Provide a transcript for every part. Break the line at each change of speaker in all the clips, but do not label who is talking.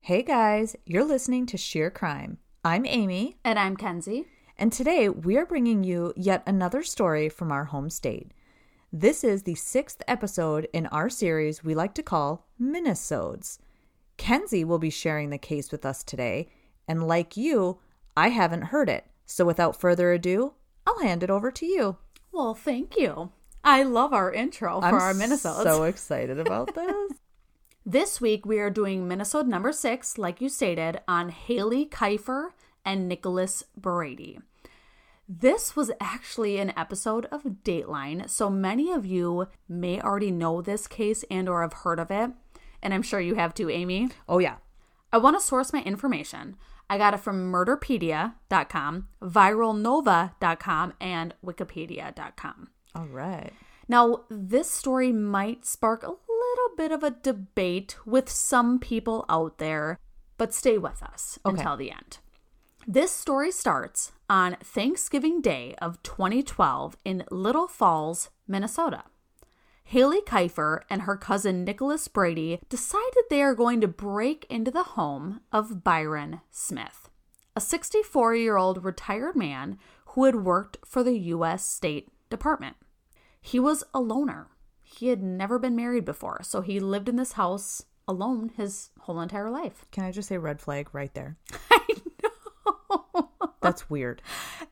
Hey guys, you're listening to Sheer Crime. I'm Amy,
And I'm Kenzie.
and today we are bringing you yet another story from our home state. This is the sixth episode in our series we like to call Minisodes. Kenzie will be sharing the case with us today, and like you, I haven't heard it. So without further ado, I'll hand it over to you.
Well, thank you. I love our intro Oh, for
I'm
our Minnesodes.
so excited about this.
this week we are doing Minnesota number six, like you stated, on Haley Kiefer and Nicholas Brady. This was actually an episode of Dateline, so many of you may already know this case and or have heard of it. And I'm sure you have too, Amy.
oh yeah,
I want to source my information. I got it from murderpedia.com, viralnova.com, and wikipedia.com.
all right.
Now, this story might spark a little bit of a debate with some people out there, but stay with us
Okay.
until the end. This story starts on Thanksgiving Day of 2012 in Little Falls, Minnesota. Haley Kiefer and her cousin Nicholas Brady decided they are going to break into the home of Byron Smith, a 64 year old retired man who had worked for the U.S. State Department. He was a loner. He had never been married before, so he lived in this house alone his whole entire life.
Can I just say red flag right there?
Oh.
I know. That's weird.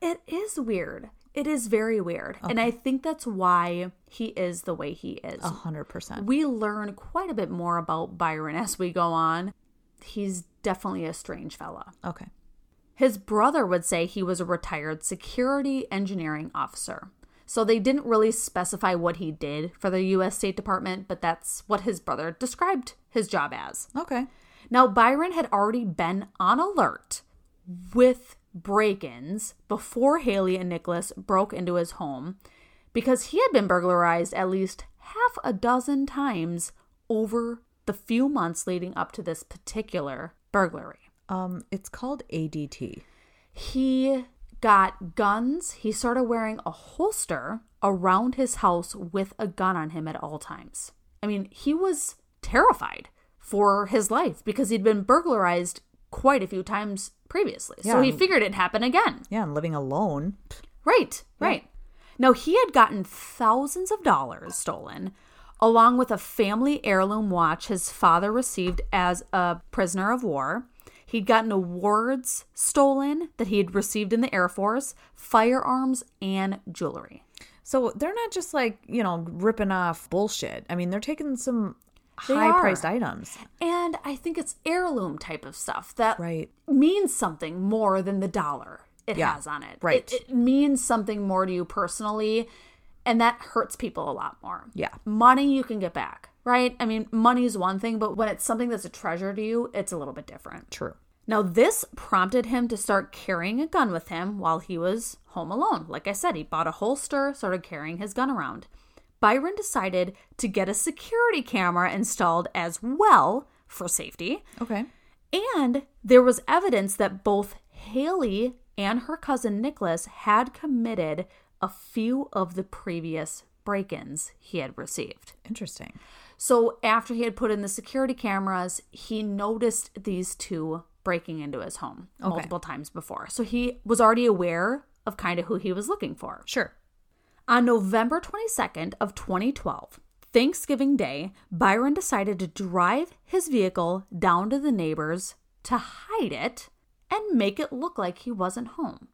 It is weird. It is very weird. And I think that's why he is the way he is.
A hundred percent.
We learn quite a bit more about Byron as we go on. He's definitely a strange fella.
Okay.
His brother would say he was a retired security engineering officer. So they didn't really specify what he did for the U.S. State Department, but that's what his brother described his job as.
Okay.
Now, Byron had already been on alert with break ins before Haley and Nicholas broke into his home because he had been burglarized at least half a dozen times over the few months leading up to this particular burglary.
Um, it's called ADT.
He got guns. He started wearing a holster around his house with a gun on him at all times. I mean, he was terrified for his life because he'd been burglarized quite a few times previously.
Yeah.
So he figured it'd happen again.
Yeah, and living alone.
Right, right. Now, he had gotten thousands of dollars stolen, along with a family heirloom watch his father received as a prisoner of war. He'd gotten awards stolen that he had received in the Air Force, firearms, and jewelry.
So they're not just like, you know, ripping off bullshit. I mean, they're taking some
They
high priced
are.
items.
And I think it's heirloom type of stuff that
Right.
means something more than the dollar it
Yeah,
has on it.
right.
It, it means something more to you personally, and that hurts people a lot more.
Yeah.
Money you can get back, right? I mean, money's one thing, but when it's something that's a treasure to you, it's a little bit different.
True.
Now, this prompted him to start carrying a gun with him while he was home alone. Like I said, he bought a holster, started carrying his gun around. Byron decided to get a security camera installed as well for safety.
Okay.
And there was evidence that both Haley and her cousin Nicholas had committed a few of the previous break ins he had received.
Interesting.
So after he had put in the security cameras, he noticed these two breaking into his home
Okay.
multiple times before. So he was already aware of kind of who he was looking for.
Sure.
On November 22nd of 2012, Thanksgiving Day, Byron decided to drive his vehicle down to the neighbors to hide it and make it look like he wasn't home.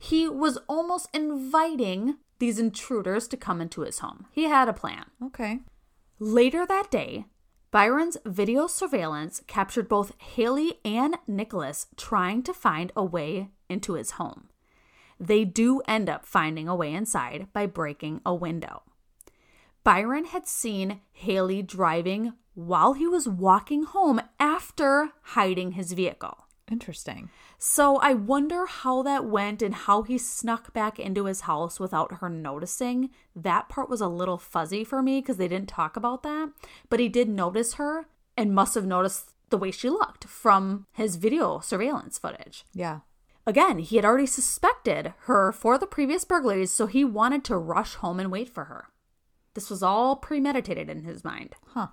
He was almost inviting these intruders to come into his home. He had a plan.
Okay.
Later that day, Byron's video surveillance captured both Haley and Nicholas trying to find a way into his home. They do end up finding a way inside by breaking a window. Byron had seen Haley driving while he was walking home after hiding his vehicle.
Interesting.
So I wonder how that went and how he snuck back into his house without her noticing. That part was a little fuzzy for me because they didn't talk about that. But he did notice her and must have noticed the way she looked from his video surveillance footage.
Yeah.
Again, he had already suspected her for the previous burglaries, so he wanted to rush home and wait for her. This was all premeditated in his mind.
Huh.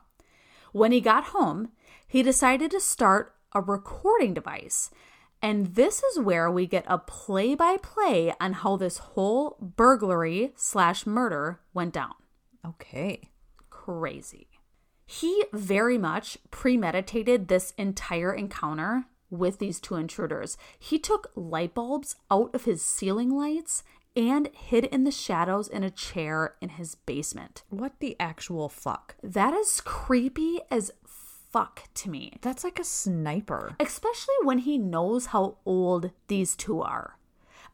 When he got home, he decided to start a recording device. And this is where we get a play by play on how this whole burglary slash murder went down.
Okay.
Crazy. He very much premeditated this entire encounter with these two intruders. He took light bulbs out of his ceiling lights and hid in the shadows in a chair in his basement.
What the actual fuck?
That is creepy as fuck to me,
That's like a sniper.
especially when he knows how old these two are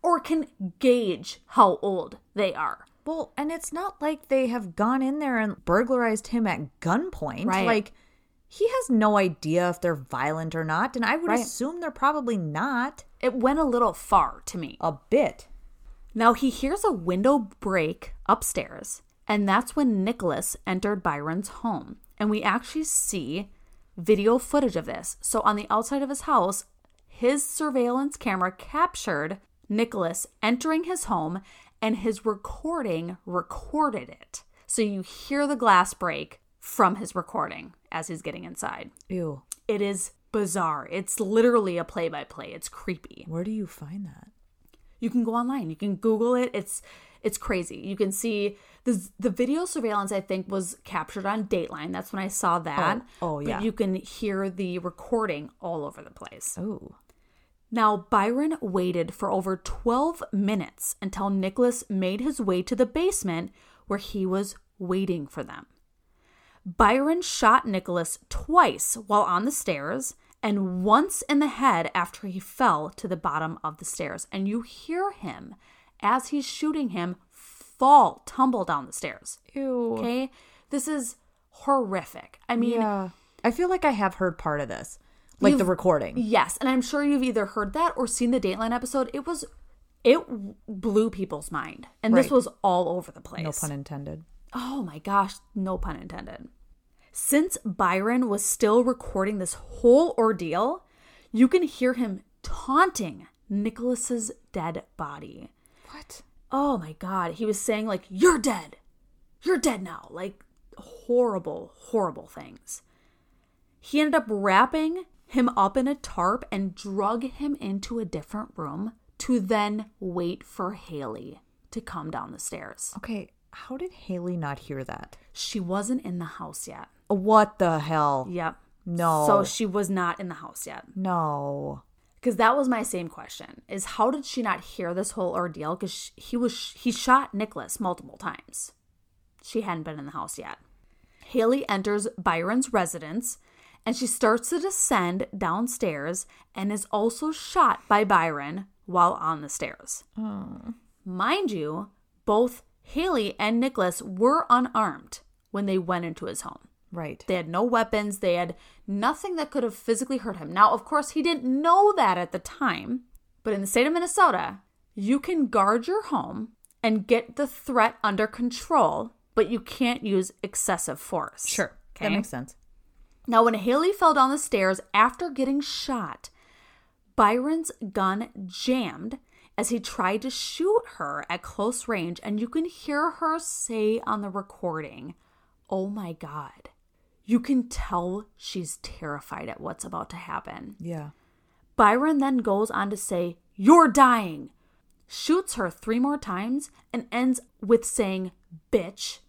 or can gauge how old they are.
Well, and it's not like they have gone in there and burglarized him at gunpoint.
Right.
Like, he has no idea if they're violent or not, and I would
Right.
assume they're probably not.
It went a little far to me.
A bit.
Now he hears a window break upstairs, and that's when Nicholas entered Byron's home. And we actually see video footage of this. So on the outside of his house, his surveillance camera captured Nicholas entering his home and his recording recorded it. So you hear the glass break from his recording as he's getting inside.
Ew.
It is bizarre. It's literally a play by play. It's creepy
Where do you find that?
you can go online you can google it it's it's crazy you can see the the video surveillance i think was captured on dateline that's when i saw that
Oh, oh, yeah.
but you can hear the recording all over the place
Oh.
now byron waited for over 12 minutes until nicholas made his way to the basement where he was waiting for them byron shot nicholas twice while on the stairs and once in the head after he fell to the bottom of the stairs. And you hear him as he's shooting him fall, tumble down the stairs.
Ew.
Okay? This is horrific. I mean,
yeah. I feel like I have heard part of this, like the
You've-
recording.
yes. And I'm sure you've either heard that or seen the Dateline episode. It was, it w- blew people's mind. And this
Right.
was all over the place.
No pun intended.
Oh my gosh, no pun intended. Since Byron was still recording this whole ordeal, you can hear him taunting Nicholas's dead body.
What?
Oh my god, he was saying like you're dead. You're dead now. Like horrible, horrible things. He ended up wrapping him up in a tarp and drug him into a different room to then wait for Haley to come down the stairs.
Okay. How did Haley not hear that?
She wasn't in the house yet.
What the hell?
Yep.
No.
So she was not in the house yet.
No.
Because that was my same question: is how did she not hear this whole ordeal? Because he was he shot Nicholas multiple times. She hadn't been in the house yet. Haley enters Byron's residence, and she starts to descend downstairs, and is also shot by Byron while on the stairs. Oh. Mind you, both Haley and Nicholas were unarmed when they went into his home.
Right.
They had no weapons. They had nothing that could have physically hurt him. Now, of course, he didn't know that at the time, but in the state of Minnesota, you can guard your home and get the threat under control, but you can't use excessive force.
Sure.
Okay.
That makes sense.
Now, when Haley fell down the stairs after getting shot, Byron's gun jammed as he tried to shoot her at close range, and you can hear her say on the recording, Oh my God. You can tell she's terrified at what's about to happen.
Yeah.
Byron then goes on to say, You're dying, shoots her three more times, and ends with saying, Bitch.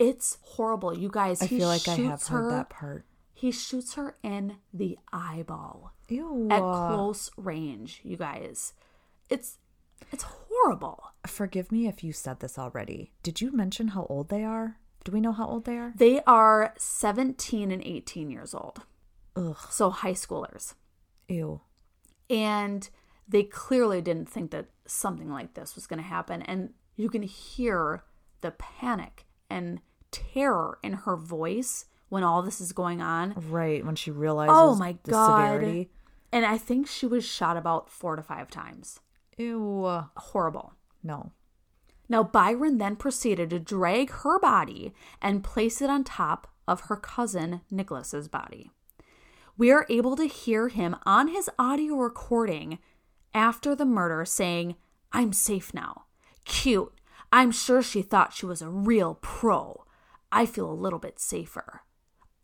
It's horrible. You guys,
I
he
feel like I have
shoots
heard
her-
that part.
he shoots her in the eyeball
Ew.
at close range, you guys. It's it's horrible.
Forgive me if you said this already. Did you mention how old they are? Do we know how old they are?
They are 17 and 18 years old.
Ugh.
So high schoolers.
Ew.
And they clearly didn't think that something like this was going to happen and you can hear the panic and terror in her voice when all this is going on.
Right. When she realizes
oh my
the
god.
severity.
And I think she was shot about 4 to 5 times.
Ew.
Horrible.
No.
Now, Byron then proceeded to drag her body and place it on top of her cousin Nicholas's body. We are able to hear him on his audio recording after the murder saying, I'm safe now. Cute. I'm sure she thought she was a real pro. I feel a little bit safer.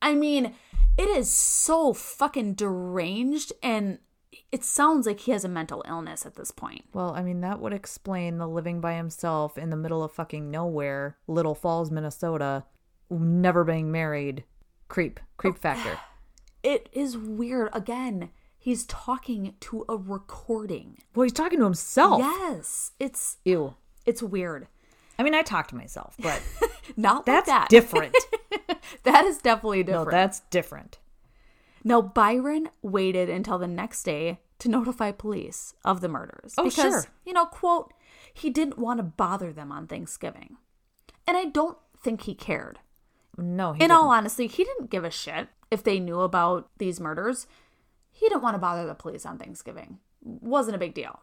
I mean, it is so fucking deranged and it sounds like he has a mental illness at this point.
Well, I mean, that would explain the living by himself in the middle of fucking nowhere, Little Falls, Minnesota, never being married. Creep,
Oh.
creep factor.
It is weird. Again, he's talking to a recording.
Well, he's talking to himself.
Yes. It's
Ew.
it's weird.
I mean, I talk to myself, but
Not like
that's
that.
different.
that is definitely
no,
different.
that's different.
Now, Byron waited until the next day to notify police of the murders.
Oh,
because,
sure.
you know, quote, he didn't want to bother them on Thanksgiving. And I don't think he cared.
No, he
In
didn't.
all honesty, he didn't give a shit if they knew about these murders. He didn't want to bother the police on Thanksgiving. Wasn't a big deal.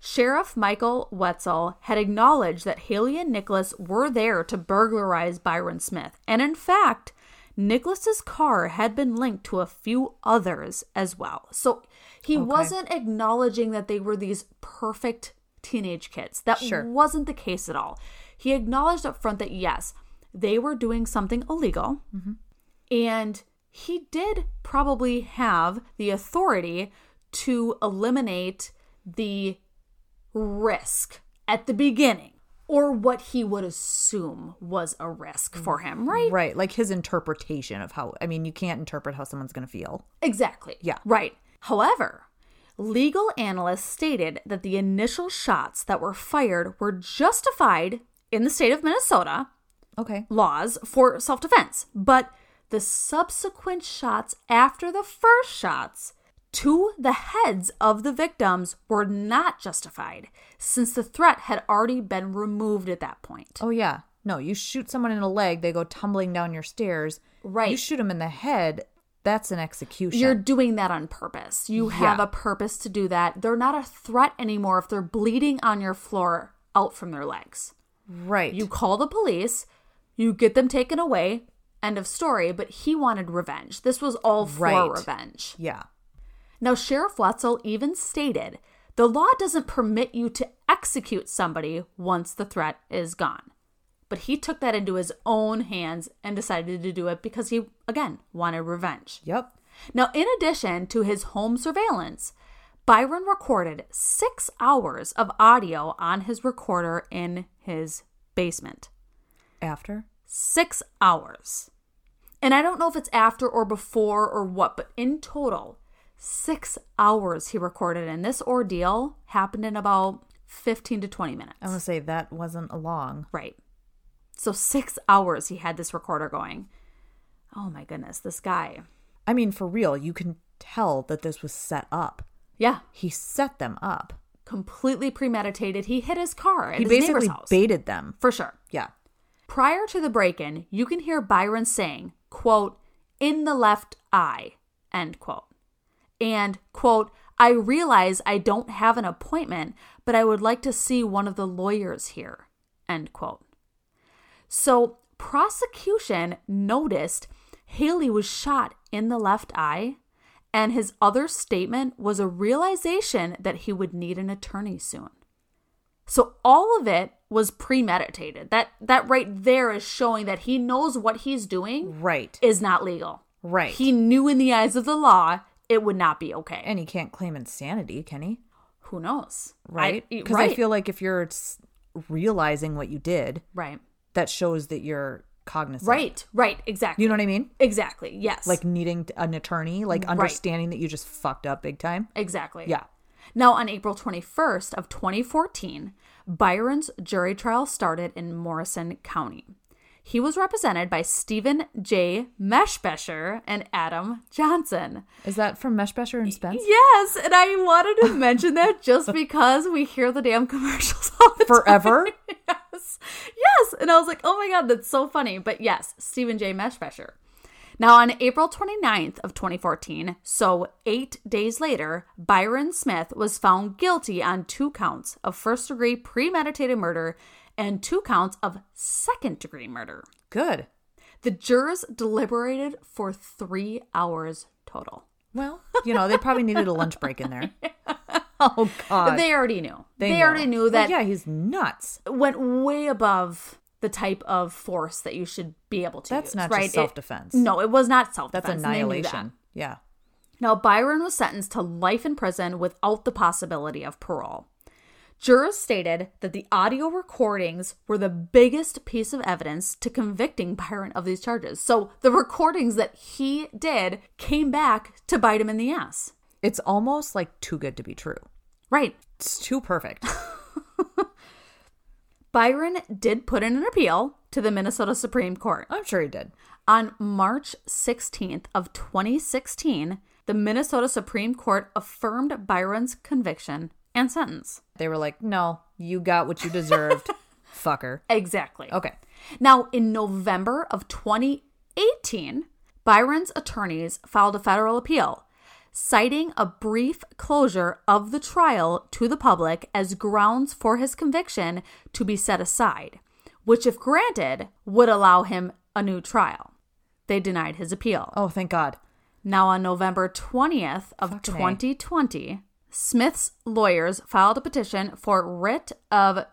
Sheriff Michael Wetzel had acknowledged that Haley and Nicholas were there to burglarize Byron Smith. And in fact, Nicholas's car had been linked to a few others as well. So he wasn't acknowledging that they were these perfect teenage kids. That
Sure.
wasn't the case at all. He acknowledged up front that yes, they were doing something illegal. And he did probably have the authority to eliminate the risk at the beginning or what he would assume was a risk for him, right?
Right, like his interpretation of how. I mean, you can't interpret how someone's going to feel.
Exactly.
Yeah.
Right. However, legal analysts stated that the initial shots that were fired were justified in the state of Minnesota
Okay.
laws for self defense, but the subsequent shots after the first shots to the heads of the victims were not justified since the threat had already been removed at that point.
Oh yeah. No, you shoot someone in the leg, they go tumbling down your stairs.
Right.
You shoot them in the head. That's an execution.
You're doing that on purpose. You have
Yeah.
a purpose to do that. They're not a threat anymore if they're bleeding on your floor out from their legs.
right.
You call the police, you get them taken away. End of story. But he wanted revenge. This was all for
Right.
revenge.
Yeah.
Now, Sheriff Wetzel even stated the law doesn't permit you to execute somebody once the threat is gone. But he took that into his own hands and decided to do it because he, again, wanted revenge.
Yep.
Now, in addition to his home surveillance, Byron recorded six hours of audio on his recorder in his basement.
After.
Six hours. And I don't know if it's after or before or what, but in total, six hours he recorded. And this ordeal happened in about 15 to 20 minutes.
I'm gonna say that wasn't a long.
Right. So, six hours he had this recorder going. Oh my goodness, this guy.
I mean, for real, you can tell that this was set up.
Yeah,
He set them up.
completely premeditated. He hit his car at
he
his
basically
neighbor's house.
baited them.
for sure.
Yeah.
Prior to the break-in, you can hear Byron saying, quote, in the left eye, end quote. And, quote, I realize I don't have an appointment, but I would like to see one of the lawyers here, end quote. So prosecution noticed Haley was shot in the left eye, and his other statement was a realization that he would need an attorney soon. So all of it was premeditated. That that right there is showing that he knows what he's doing
Right.
is not legal.
right.
He knew in the eyes of the law it would not be okay.
and he can't claim insanity, can he?
who knows?
Right.
I, e,
Because
right.
I feel like if you're s- realizing what you did,
right.
that shows that you're cognizant.
Right. Right. Exactly.
You know what I mean?
exactly. Yes.
Like needing t- an attorney, like understanding that you just fucked up big time.
exactly.
Yeah.
Now, on April 21st of 2014, Byron's jury trial started in Morrison County. He was represented by Stephen J. Meshbesher and Adam Johnson.
Is that from Meshbesher and Spence?
Yes, and I wanted to mention that just because we hear the damn commercials all the
Forever?
time. Yes. Yes. And I was like, oh my God, that's so funny. But yes, Stephen J. Meshbesher. Now, on April 29th of 2014, so eight days later, Byron Smith was found guilty on two counts of first degree premeditated murder and two counts of second degree murder.
Good.
The jurors deliberated for three hours total.
Well, you know, they probably needed a lunch break in there. Oh, God.
They already knew. They,
know.
already knew
Well,
that
yeah, he's nuts.
went way above the type of force that you should be able to
That's
use,
not
right?
just
It-
self-defense.
no, it was not self defense.
That's annihilation. Yeah.
Now, Byron was sentenced to life in prison without the possibility of parole. Jurors stated that the audio recordings were the biggest piece of evidence to convicting Byron of these charges. So the recordings that he did came back to bite him in the ass.
It's almost like too good to be true.
Right.
It's too perfect.
Byron did put in an appeal to the Minnesota Supreme Court.
I'm sure he did.
On March 16th of 2016, the Minnesota Supreme Court affirmed Byron's conviction and sentence.
They were like, no, you got what you deserved, fucker.
Exactly.
Okay.
Now, in November of 2018, Byron's attorneys filed a federal appeal, citing a brief closure of the trial to the public as grounds for his conviction to be set aside, which, if granted, would allow him a new trial. They denied his appeal.
Oh, thank God.
Now, on November 20th of
Fucking A.
2020, Smith's lawyers filed a petition for writ of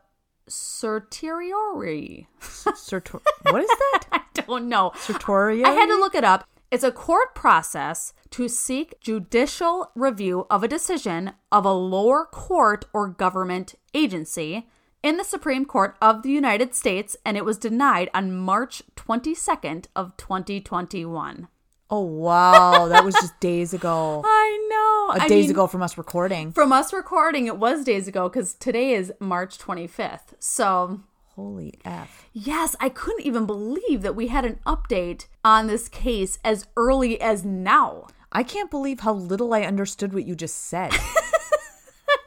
certiorari.
Sertor- what is that?
I don't know.
Sertorio?
I had to look it up. It's a court process to seek judicial review of a decision of a lower court or government agency in the Supreme Court of the United States and it was denied on March 22nd of 2021.
Oh, wow. That was just days ago.
I know.
Uh, days ago from us recording.
From us recording it was days ago cuz today is March 25th. So,
Holy F.
Yes, I couldn't even believe that we had an update on this case as early as now.
I can't believe how little I understood what you just said.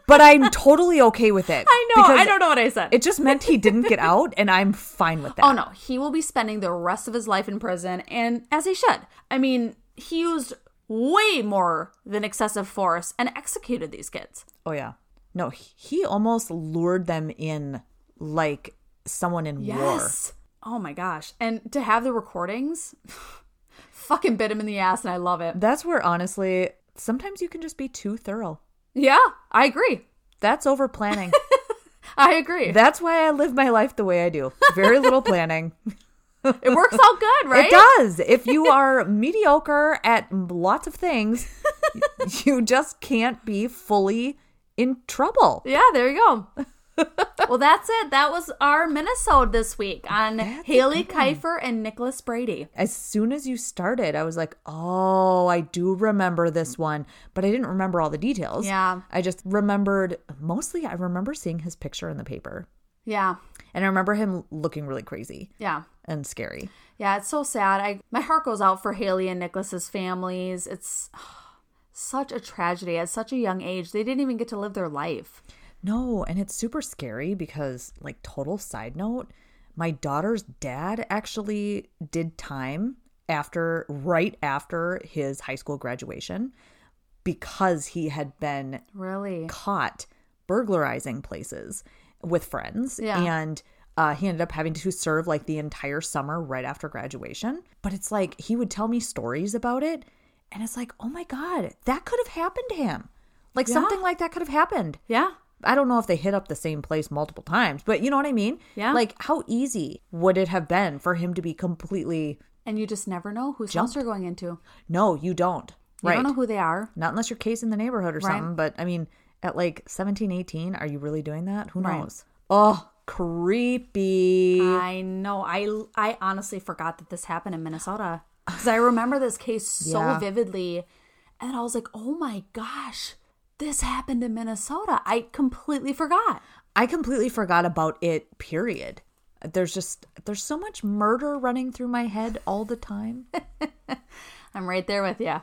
but I'm totally okay with it.
I know. I
because
don't know what I said.
It just meant he didn't get out, and I'm fine with that.
oh no, he will be spending the rest of his life in prison, and as he should. I mean, he used way more than excessive force and executed these kids.
Oh yeah. No, he- he almost lured them in like someone in war.
Yes. Oh my gosh. And to have the recordings, fucking bit him in the ass, and I love it.
That's where honestly, sometimes you can just be too thorough.
Yeah, I agree.
That's over planning.
I agree.
That's why I live my life the way I do. Very little planning.
it works out good, right?
It does. If you are mediocre at lots of things, you just can't be fully in trouble.
Yeah, there you go. well, that's it. That was our Minnesota this week on
That's a
Haley Kiefer and Nicholas Brady.
As soon as you started, I was like, oh, I do remember this one, but I didn't remember all the details.
Yeah.
I just remembered mostly, I remember seeing his picture in the paper.
Yeah,
And I remember him looking really crazy
yeah,
and scary.
yeah. It's so sad. I my heart goes out for Haley and Nicholas's families. It's such a tragedy at such a young age. They didn't even get to live their life.
No, and it's super scary because, like, total side note, my daughter's dad actually did time after, right after his high school graduation because he had been
Really?
caught burglarizing places with friends.
Yeah.
And uh, he ended up having to serve like the entire summer right after graduation. But it's like he would tell me stories about it. And it's like, oh my God, that could have happened to him. Like
Yeah.
something like that could have happened.
Yeah.
I don't know if they hit up the same place multiple times, but you know what I mean?
Yeah.
Like, how easy would it have been for him to be completely,
And you just never know whose house you're going into. You
no, you don't. right.
don't know who they are.
Not unless you're casing the neighborhood or
Right.
something. But I mean, at like 17, 18, are you really doing that? Who
Right.
knows? Oh, creepy.
I know. I I honestly forgot that this happened in Minnesota because I remember this case so
Yeah.
vividly, and I was like, "Oh my gosh, this happened in Minnesota." I completely forgot.
I completely forgot about it, period. There's just, there's so much murder running through my head all the time.
I'm right there with you.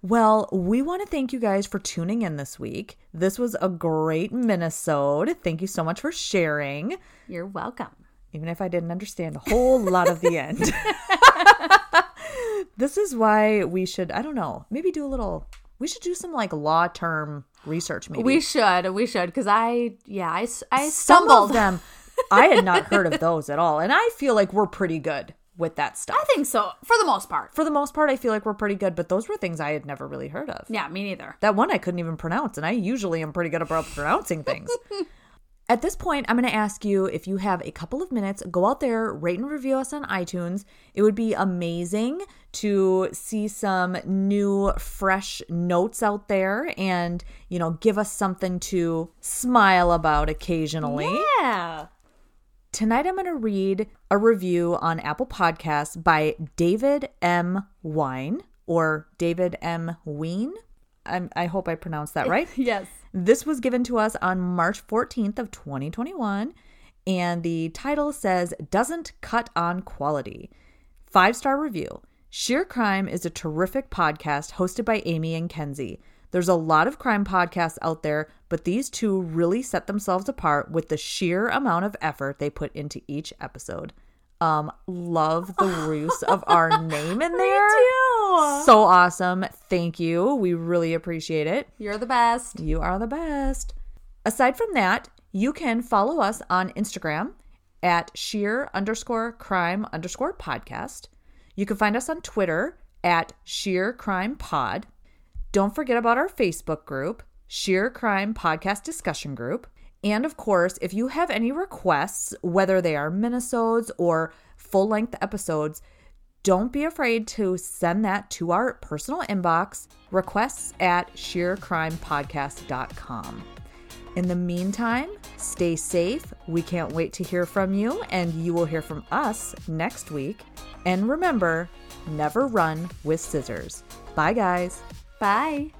Well, we want to thank you guys for tuning in this week. This was a great Minnesota. Thank you so much for sharing,
You're welcome.
even if I didn't understand a whole lot of the end. this is why we should, I don't know, maybe do a little, we should do some like law term research, maybe.
We should. We should because I yeah I s- I
Some of
stumbled.
them, I had not heard of those at all. And I feel like we're pretty good with that
I
stuff.
think so for the most part.
For the most part, I feel like we're pretty good, but those were things I had never really heard of.
Yeah, me neither.
That one I couldn't even pronounce, and I usually am pretty good about pronouncing things. At this point, I'm going to ask you if you have a couple of minutes, go out there, rate and review us on iTunes. It would be amazing to see some new, fresh notes out there and, you know, give us something to smile about occasionally.
Yeah.
Tonight, I'm going to read a review on Apple Podcasts by David M. Wine or David M. Ween. I'm, I hope I pronounced that right.
Yes.
This was given to us on March 14th of 2021 and the title says doesn't cut on quality. 5-star review. Sheer Crime is a terrific podcast hosted by Amy and Kenzie. There's a lot of crime podcasts out there, but these two really set themselves apart with the sheer amount of effort they put into each episode. Um, love the ruse of our name in there.
do.
So awesome. Thank you. We really appreciate it.
You're the best.
You are the best. Aside from that, you can follow us on Instagram at sheer underscore crime underscore podcast. You can find us on Twitter at sheer crime pod. Don't forget about our Facebook group, Sheer Crime Podcast Discussion Group. And of course, if you have any requests, whether they are minisodes or full length episodes, don't be afraid to send that to our personal inbox, requests at sheercrimepodcast.com. In the meantime, stay safe. We can't wait to hear from you, and you will hear from us next week. And remember, never run with scissors. Bye, guys.
Bye.